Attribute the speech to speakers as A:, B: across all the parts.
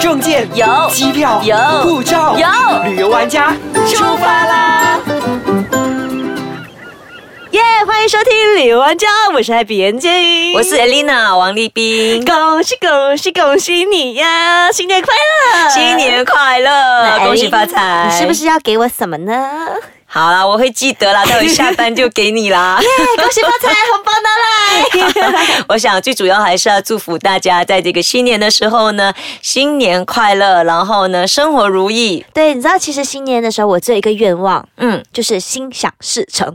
A: 证件
B: 有
A: 机票
B: 有
A: 护照
B: 有
A: 旅游玩家
B: 出发啦！
C: 耶欢迎收听《旅游玩家》，我是 Happy 眼睛，
B: 我是 Elena 王立斌，
C: 恭喜恭喜恭喜你呀！新年快乐，
B: 新年快乐，
C: 那
B: 恭喜
C: Elena，
B: 发财！
C: 哎你是不？是要给我什么呢？
B: 好啦，我会记得啦，待会下班就给你 啦。
C: 哎恭喜发财，红包拿来！
B: 我想最主要还是要祝福大家，在这个新年的时候呢，新年快乐，然后呢，生活如意。
C: 对，你知道其实新年的时候，我只有一个愿望，
B: 嗯，
C: 就是心想事成。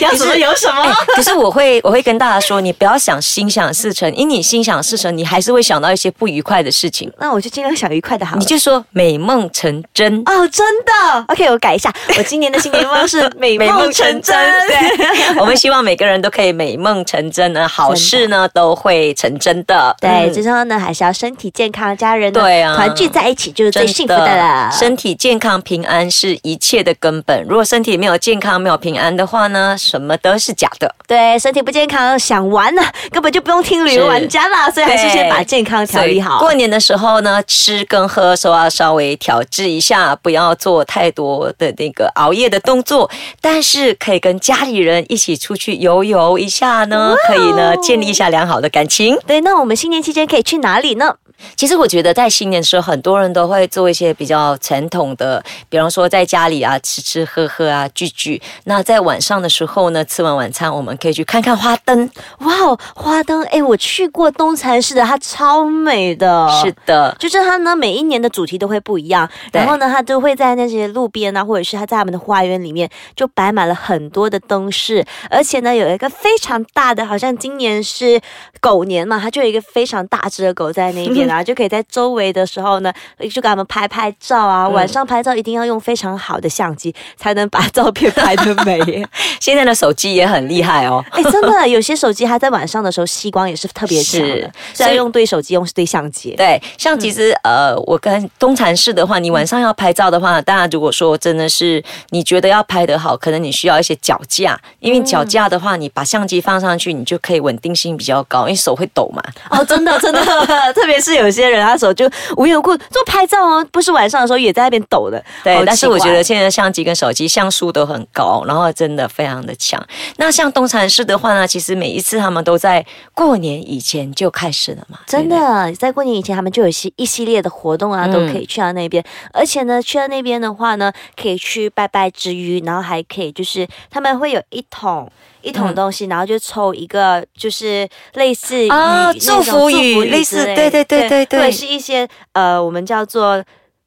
B: 要什么
C: 有什
B: 哎？可是我会我会跟大家说，你不要想心想事成，因为你心想事成，你还是会想到一些不愉快的事情。
C: 那我就尽量想愉快的好了。
B: 你就说美梦成真。
C: 哦，真的？OK，我改一 下，我今年的新年愿望是美梦成真。
B: 对，我们希望每个人都可以美梦成真呢，好事呢都会成真的。
C: 对，
B: 嗯
C: 最重要呢，还是要身体健康，家人呢
B: 对啊
C: 团聚在一起就是最
B: 真
C: 幸福的了。
B: 身体健康平安是一切的根本。如果身体没有健康、没有平安的话呢，什么都是假的。
C: 对身体不健康，想玩呢，根本就不用听旅游玩家啦，所以还是先把健康调理
B: 所
C: 好。
B: 以过年的时候呢，吃跟喝都要稍微调制一下，不要做太多的那个熬夜的动作。但是可以跟家里人一起出去游游一下
C: 哦
B: 呢，可以呢建立一下良好的感情。
C: 对，那我们新年期间可以去哪里呢？
B: 其实我觉得在新年的时候，很多人都会做一些比较传统的，比方说在家里啊吃吃喝喝啊聚聚。那在晚上的时候呢，吃完晚餐，我们可以去看看花灯。
C: 哇哦，花灯！哎，我去过东禅寺的，它超美的。
B: 是的，
C: 就是它呢，每一年的主题都会不一样，
B: 对
C: 然后呢，它就会在那些路边啊，或者是它在他们的花园里面，就摆满了很多的灯饰，而且呢，有一个非常大的，好像今年是狗年嘛，它就有一个非常大只的狗在那边 啊，就可以在周围的时候呢，就给他们拍拍照啊。
B: 嗯
C: 晚上拍照一定要用非常好的相机，才能把照片拍得美 耶。
B: 现在的手机也很厉害哦。
C: 哎，真的，有些手机它在晚上的时候吸光也是特别强
B: 是
C: 的，
B: 所
C: 所
B: 以
C: 以要用对手机，用对相机。
B: 对，像其实、
C: 嗯
B: 呃，我跟东禅寺的话，你晚上要拍照的话，当然如果说真的是你觉得要拍得好，可能你需要一些脚架，因为
C: 嗯
B: 脚架的话，你把相机放上去，你就可以稳定性比较高，因为手会抖嘛。
C: 哦，真的 真的，特别是有些人他手就无缘无故做拍照哦，不是晚上的时候也在那边抖的。 好
B: 对，
C: 奇
B: 但是我
C: 怪
B: 觉得现在相机跟手机像素都很高，然后真的非常的强。那像东禅寺的话呢，其实每一次他们都在过年以前就开始了嘛，
C: 真
B: 对不对。
C: 的在过年以前，他们就有一些一系列的活动啊，
B: 嗯
C: 都可以去到那边。而且呢，去到那边的话呢，可以去拜拜之余，然后还可以就是他们会有一桶。一桶
B: 嗯
C: 东西，然后就抽一个，就是类似
B: 啊
C: 语那种
B: 祝福语类似
C: 之的
B: 对对对对对
C: 或者是一些呃，我们叫做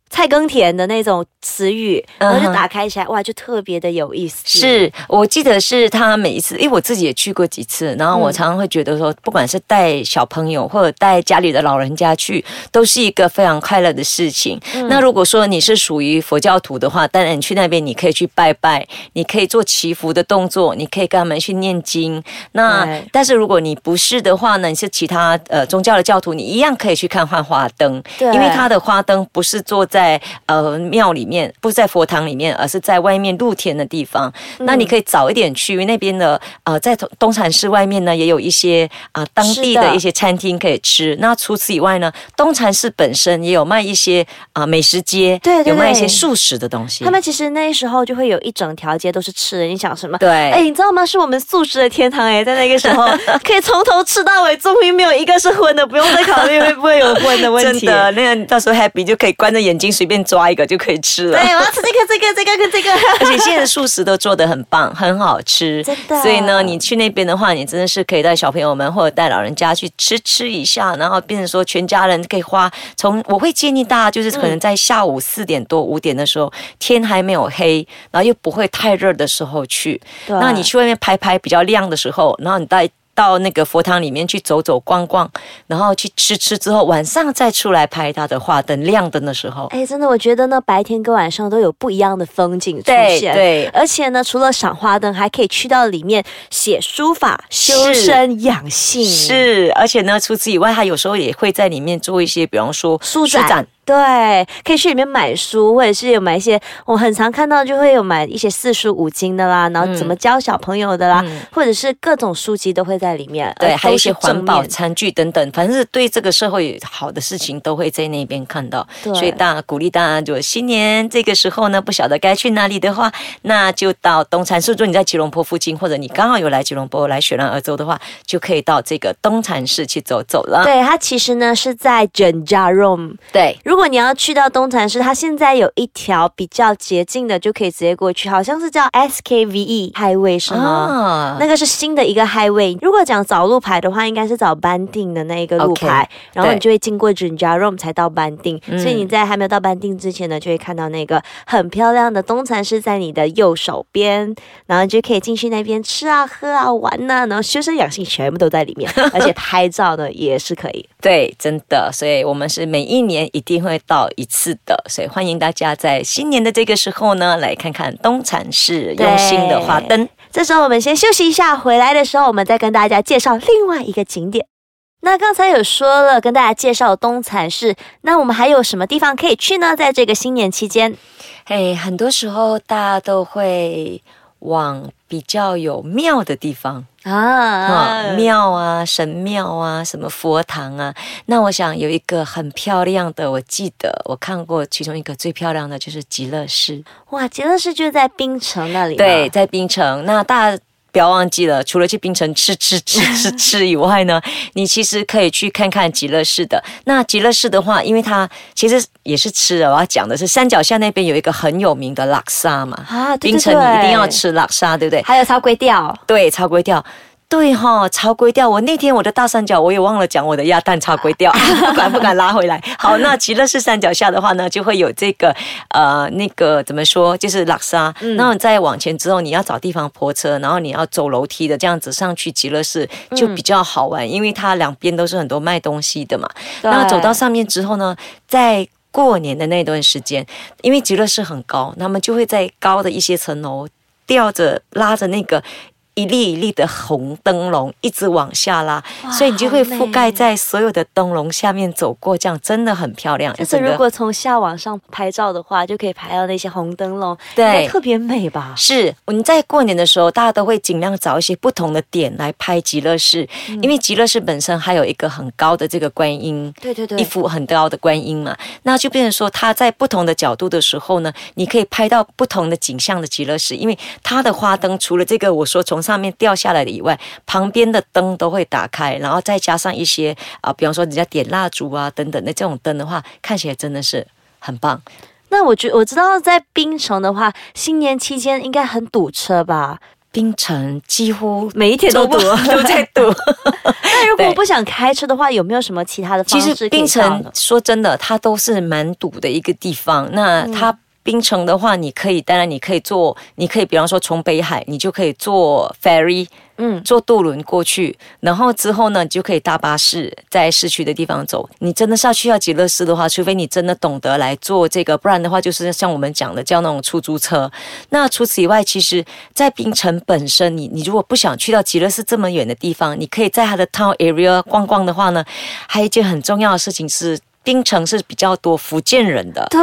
C: 菜耕田的那种词语，然后
B: 嗯哼
C: 就打开起来，哇，就特别的有意思。
B: 是我记得是他每一次，因为我自己也去过几次，然后我
C: 嗯
B: 常常会觉得说，不管是带小朋友或者带家里的老人家去，都是一个非常快乐的事情。
C: 嗯
B: 那如果说你是属于佛教徒的话，当然你去那边你可以去拜拜，你可以做祈福的动作，你可以跟他们去念经。那
C: 对
B: 但是如果你不是的话呢，你是其他呃宗教的教徒，你一样可以去看幻花灯，
C: 对
B: 因为它的花灯不是坐在呃庙里面，不是在佛堂里面，而是在外面露天的地方。
C: 嗯
B: 那你可以早一点去，因为那边的呃在东东禅寺外面呢，也有一些啊、当地
C: 是
B: 的
C: 的
B: 一些餐厅可以吃。那除此以外呢，东禅寺本身也有卖一些啊、美食街，
C: 对对
B: 有卖一些
C: 对
B: 素食的东西。
C: 他们其实那时候就会有一整条街都是吃的，你想什么？
B: 对，
C: 哎、你知道吗？是我们素食的天堂哎、在那个时 候可以从头吃到尾，终于没有一个是荤的，不用再考虑会不会有荤的问
B: 真
C: 题。
B: 的，那个到时候 happy 就可以关着眼睛随便抓一个就可以吃
C: 对，
B: 了。
C: 我要吃这个、这个、这个跟这个。
B: 而且现在的素食都做得很棒，很好吃，
C: 真的
B: 所以呢，你去那边的话，你真的是可以带小朋友们或者带老人家去吃吃一下，然后变成说全家人可以花从我会建议大家就是可能在下午四点多五点的时候，天还没有黑，然后又不会太热的时候去。
C: 对
B: 那你去外面拍拍比较亮的时候，然后你带。到那个佛堂里面去走走逛逛，然后去吃吃之后，晚上再出来拍它的花灯亮灯的时候，
C: 哎、真的，我觉得呢，白天跟晚上都有不一样的风景出
B: 对
C: 现。
B: 对
C: 而且呢，除了赏花灯，还可以去到里面写书法、修
B: 是
C: 身养性。。
B: 是，而且呢，除此以外，他有时候也会在里面做一些，比方说
C: 书展
B: 展
C: 对，可以去里面买书，或者是有买一些，我很常看到就会有买一些四书五经的啦，然后
B: 嗯
C: 怎么教小朋友的啦，或者是各种书籍都会在里面。
B: 对，
C: 而
B: 还有一
C: 呃都是
B: 些环
C: 正
B: 保
C: 面
B: 餐具等等，反正是对这个社会好的事情都会在那边看到。
C: 对
B: 所以大鼓励大家，如果新年这个时候呢，不晓得该去哪里的话，那就到东产。是如果你在吉隆坡附近，或者你刚好有来吉隆坡来雪兰莪州的话，就可以到这个东产市去走走了。
C: 对，它其实呢是在 Jenjarom。
B: 对
C: 如果你要去到东禅寺，它现在有一条比较捷径的，就可以直接过去，好像是叫 SKVE E highway 是吗？
B: 啊
C: 那个是新的一个 highway。如果讲找路牌的话，应该是找班定的那一个路
B: OK，
C: 牌然后
B: 对
C: 你就会经过 j i n j a r o m 才到班定。所以你在还没有到班定之前呢，就会看到那个很漂亮的东禅寺在你的右手边，然后你就可以进去那边吃啊、喝啊、玩呐、然后修身养性全部都在里面，而且拍照呢也是可以。
B: 对，真的，所以我们是每一年一定会到一次的，所以欢迎大家在新年的这个时候呢，来看看东产市
C: 对
B: 用心的花灯。
C: 这时候我们先休息一下，回来的时候我们再跟大家介绍另外一个景点。那刚才有说了，跟大家介绍东禅寺，那我们还有什么地方可以去呢？在这个新年期间，
B: 嘿很多时候大家都会往比较有庙的地方啊，
C: 啊，
B: 庙啊、神庙啊、什么佛堂啊。那我想有一个很漂亮的，我记得我看过其中一个最漂亮的就是极乐寺，
C: 哇，极乐寺就在槟城那里，
B: 对，，在槟城。那大家。不要忘记了，除了去槟城吃吃吃吃吃以外呢，你其实可以去看看极乐寺的。那极乐寺的话，因为它其实也是吃的，我要讲的是山脚下那边有一个很有名的拉萨嘛，
C: 啊，对
B: 冰城你一定要，
C: 对
B: 吃拉沙，对不对
C: 对？还有超龟调，
B: 对，超龟掉。对哈、超龟掉！我那天我的大三角，我也忘了讲我的鸭蛋超龟掉，不敢不敢拉回来。好，那极乐寺山脚下的话呢，就会有这个呃那个怎么说，就是拉沙。那你再往前之后，你要找地方泊车，然后你要走楼梯的这样子上去极乐寺就比较好玩，因为它两边都是很多卖东西的嘛。那
C: 对
B: 走到上面之后呢，在过年的那段时间，因为极乐室很高，他们就会在高的一些层楼吊着拉着那个。一粒一粒的红灯笼一直往下拉，所以你就会覆盖在所有的灯笼下面走过，这样真的很漂亮。
C: 就是
B: 整个
C: 如果从下往上拍照的话，就可以拍到那些红灯笼，
B: 对
C: 应该特别美吧？
B: 是你在过年的时候，大家都会尽量找一些不同的点来拍极乐室，因为极乐室本身还有一个很高的这个观音，
C: 对对对
B: 一幅很高的观音嘛，那就变成说，它在不同的角度的时候呢，你可以拍到不同的景象的极乐石，因为它的花灯除了这个我说从上面掉下来的以外，旁边的灯都会打开，然后再加上一些啊、比方说人家点蜡烛啊等等的这种灯的话，看起来真的是很棒。
C: 那我觉我知道，在槟城的话，新年期间应该很堵车吧？
B: 冰城几乎
C: 每一天都堵
B: 都在堵。
C: 那如果
B: 对
C: 我不想开车的话，有没有什么其他的方
B: 其
C: 式
B: 实
C: 可以
B: 槟
C: 到
B: 城
C: 呢？
B: 说真的，它都是蛮堵的一个地方。
C: 嗯
B: 那它、槟城的话，你可以，当然你可以坐，你可以比方说从北海，你就可以坐 ferry，
C: 嗯，
B: 坐渡轮过去，然后之后呢，你就可以搭巴士在市区的地方走。你真的是要去到极乐寺的话，除非你真的懂得来做这个，不然的话就是像我们讲的叫那种出租车。那除此以外，其实，在槟城本身，你你如果不想去到极乐寺这么远的地方，你可以在它的 town area 逛逛的话呢，还有一件很重要的事情是，槟城是比较多福建人的。
C: 对，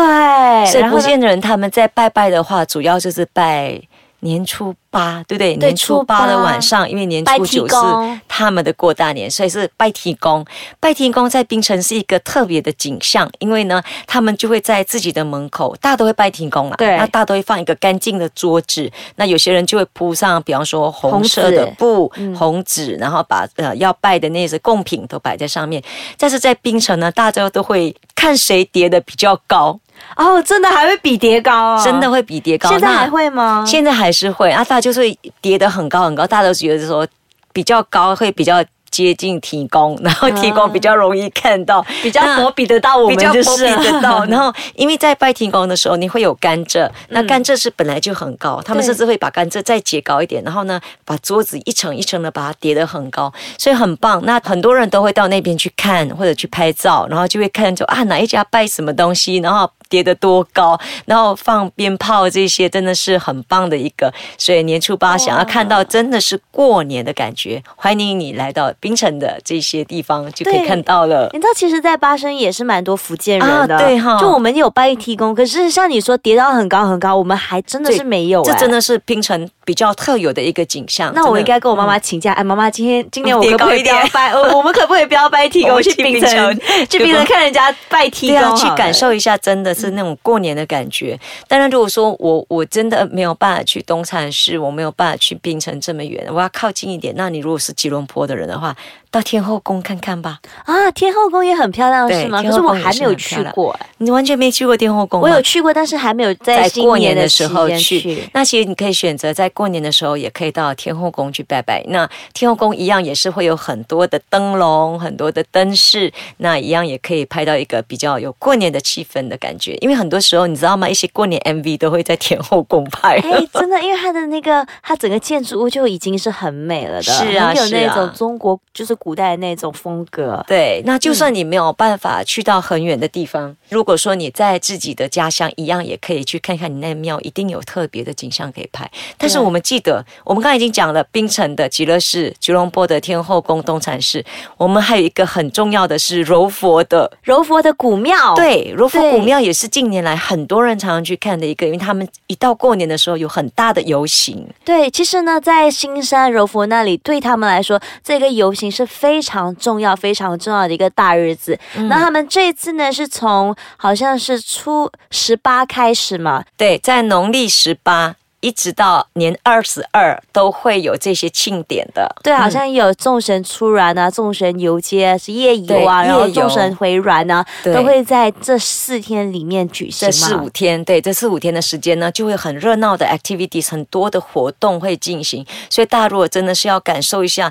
B: 所以
C: 然后
B: 福
C: 呢
B: 建人他们在拜拜的话，主要就是拜年初八，对不对？
C: 对
B: 年初八的
C: 初八
B: 晚上，因为年
C: 拜
B: 初
C: 提
B: 九是
C: 公
B: 他们的过大年，所以是拜提公。拜提公在槟城是一个特别的景象，因为呢，他们就会在自己的门口，大家都会拜提公啦。
C: 对
B: 那大家都会放一个干净的桌子，那有些人就会铺上，比方说
C: 红
B: 红色的
C: 纸嗯
B: 布、红纸，然后把呃要拜的那些贡品都摆在上面。但是在槟城呢，大家都会看谁叠的比较高。
C: 哦，真的还会比叠高啊、
B: 真的。会比叠高。
C: 现在
B: 那
C: 还会吗？
B: 现在还是会啊，大家就是叠得很高很高，大家都觉得说比较高会比较接近提供，然后提供比较容易看到，
C: 嗯比较
B: 那
C: 佛比得到我
B: 比
C: 们
B: 较
C: 就
B: 不比
C: 是了
B: 得 到。然后，因为在拜天宫的时候，你会有甘蔗，那甘蔗是本来就很高，他们
C: 嗯对
B: 甚至会把甘蔗再叠高一点，然后呢，把桌子一层一层的把它叠得很高，所以很棒。那很多人都会到那边去看或者去拍照，然后就会看着啊哪一家拜什么东西，然后。叠得多高，然后放鞭炮这些真的是很棒的一个。所以年初八想要看到真的是过年的感觉，欢迎你来到槟城的这些地方就可以
C: 对
B: 看到了。
C: 你知道，其实，在巴生也是蛮多福建人的，
B: 啊对哈
C: 就我们有帮提供，可是像你说跌到很高很高，我们还真的是没有、
B: 这
C: 哎
B: 真。的是槟城比较特有的一个景象。
C: 那我
B: 真
C: 应
B: 的
C: 该跟我妈妈请假，哎，妈妈，今天今年我
B: 跌
C: 可不可
B: 高
C: 以
B: 一
C: 不
B: 点
C: 要拜？呃，我们可不可以不要拜提
B: 我
C: 供
B: 们
C: 去
B: 去
C: 槟
B: 槟
C: 城
B: 城，
C: 去
B: 结
C: 槟城
B: 果
C: 看人家拜提
B: 对
C: 供
B: 啊，
C: 好了，
B: 去感受一下，真的是那种过年的感觉。当然，如果说我我真的没有办法去东禅寺，我没有办法去槟城这么远，我要靠近一点。那你如果是吉隆坡的人的话，到天后宫看看吧。
C: 啊！天后宫也很漂亮，
B: 对
C: 是吗？可
B: 天后
C: 是我
B: 宫也
C: 还
B: 是
C: 没有
B: 很
C: 去
B: 漂亮
C: 过，哎
B: 你完全没去过天后宫吗？
C: 我有去过，但是还没有在
B: 在
C: 新
B: 过年
C: 的
B: 的时候
C: 期间
B: 去。那其实你可以选择在过年的时候，也可以到天后宫去拜拜。那天后宫一样也是会有很多的灯笼、很多的灯饰，那一样也可以拍到一个比较有过年的气氛的感觉。因为很多时候你知道吗？一些过年 MV 都会在天后宫拍。
C: 哎，真的，因为它的那个，它整个建筑物就已经是很美了的，
B: 是啊
C: 很有那
B: 是啊
C: 种中国就是古代的那种风格。
B: 对，那就算你没有办法去到很远的地方，嗯如果说你在自己的家乡，一样也可以去看看你那庙，一定有特别的景象可以拍。但是
C: 对
B: 我们记得，我们刚才已经讲了槟城的极乐寺、吉隆坡的天后宫、东禅寺，我们还有一个很重要的是柔佛的，哦
C: 柔佛的古庙，，
B: 对，柔佛
C: 对
B: 古庙也是近年来很多人常常去看的一个，因为他们一到过年的时候有很大的游行。
C: 对，其实呢，在新山柔佛那里，对他们来说，这个游行是非常重要、非常重要的一个大日子。
B: 嗯
C: 那他们这一次呢，是从好像是初十八开始嘛，
B: 对，在农历十八。一直到年二十二都会有这些庆典的，嗯
C: 对，啊好像有众神出銮啊、众神游街啊、是夜游啊，
B: 对
C: 然后
B: 夜游
C: 众神回銮啊，
B: 对
C: 都会在这四天里面举行
B: 这
C: 嘛。
B: 四五天，对，这四五天的时间呢，就会很热闹的 activities，很多的活动会进行。所以大家如果真的是要感受一下，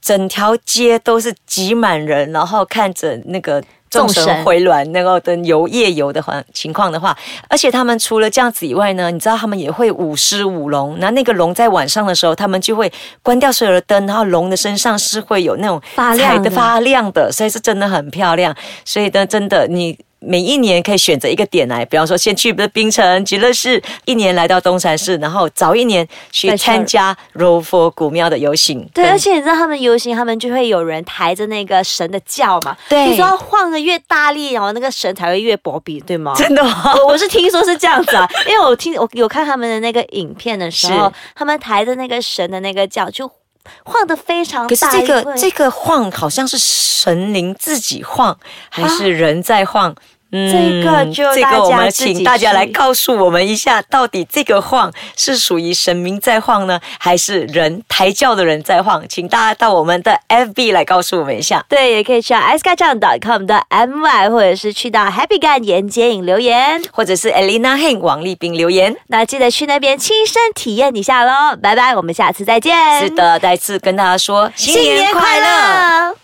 B: 整条街都是挤满人，然后看着那个。众
C: 众神
B: 神回銮，那个的游夜游的环情况的话，而且他们除了这样子以外呢，你知道他们也会舞狮舞龙。那那个龙在晚上的时候，他们就会关掉所有的灯，然后龙的身上是会有那种
C: 发亮
B: 彩
C: 的
B: 的发亮的，所以是真的很漂亮。所以呢，真的你。每一年可以选择一个点来，比方说先去槟城、极乐寺，一年来到东山市，然后早一年去
C: 再去
B: 参加柔佛古庙的游行。
C: 对，
B: 跟
C: 而且你知道他们游行，他们就会有人抬着那个神的轿嘛，
B: 对
C: 你说要晃的越大力，然后那个神才会越薄饼，对吗？
B: 真的吗？
C: 我我是听说是这样 子啊，因为我听我有看他们的那个影片的时候
B: 是，
C: 他们抬着那个神的那个轿就晃得非常大，
B: 可是这
C: 因
B: 个
C: 为
B: 这个晃好像是神灵自己晃，还是人在晃？嗯
C: 啊这个就
B: 这
C: 大
B: 个我
C: 家
B: 们
C: 自己
B: 请大家
C: 去
B: 来告诉我们一下，到底这个晃是属于神明在晃呢，还是人抬轿的人在晃？请大家到我们的 FB 来告诉我们一下。
C: 对，也可以去到 s k a c a n c o m 的 my，或者是去到 Happy Gun 言接影留言。
B: 或者是 Elena Heng 王丽斌留言。
C: 那记得去那边亲身体验一下喽，拜拜，我们下次再见。
B: 是，的，再次跟大家说
C: 嗯新年快乐。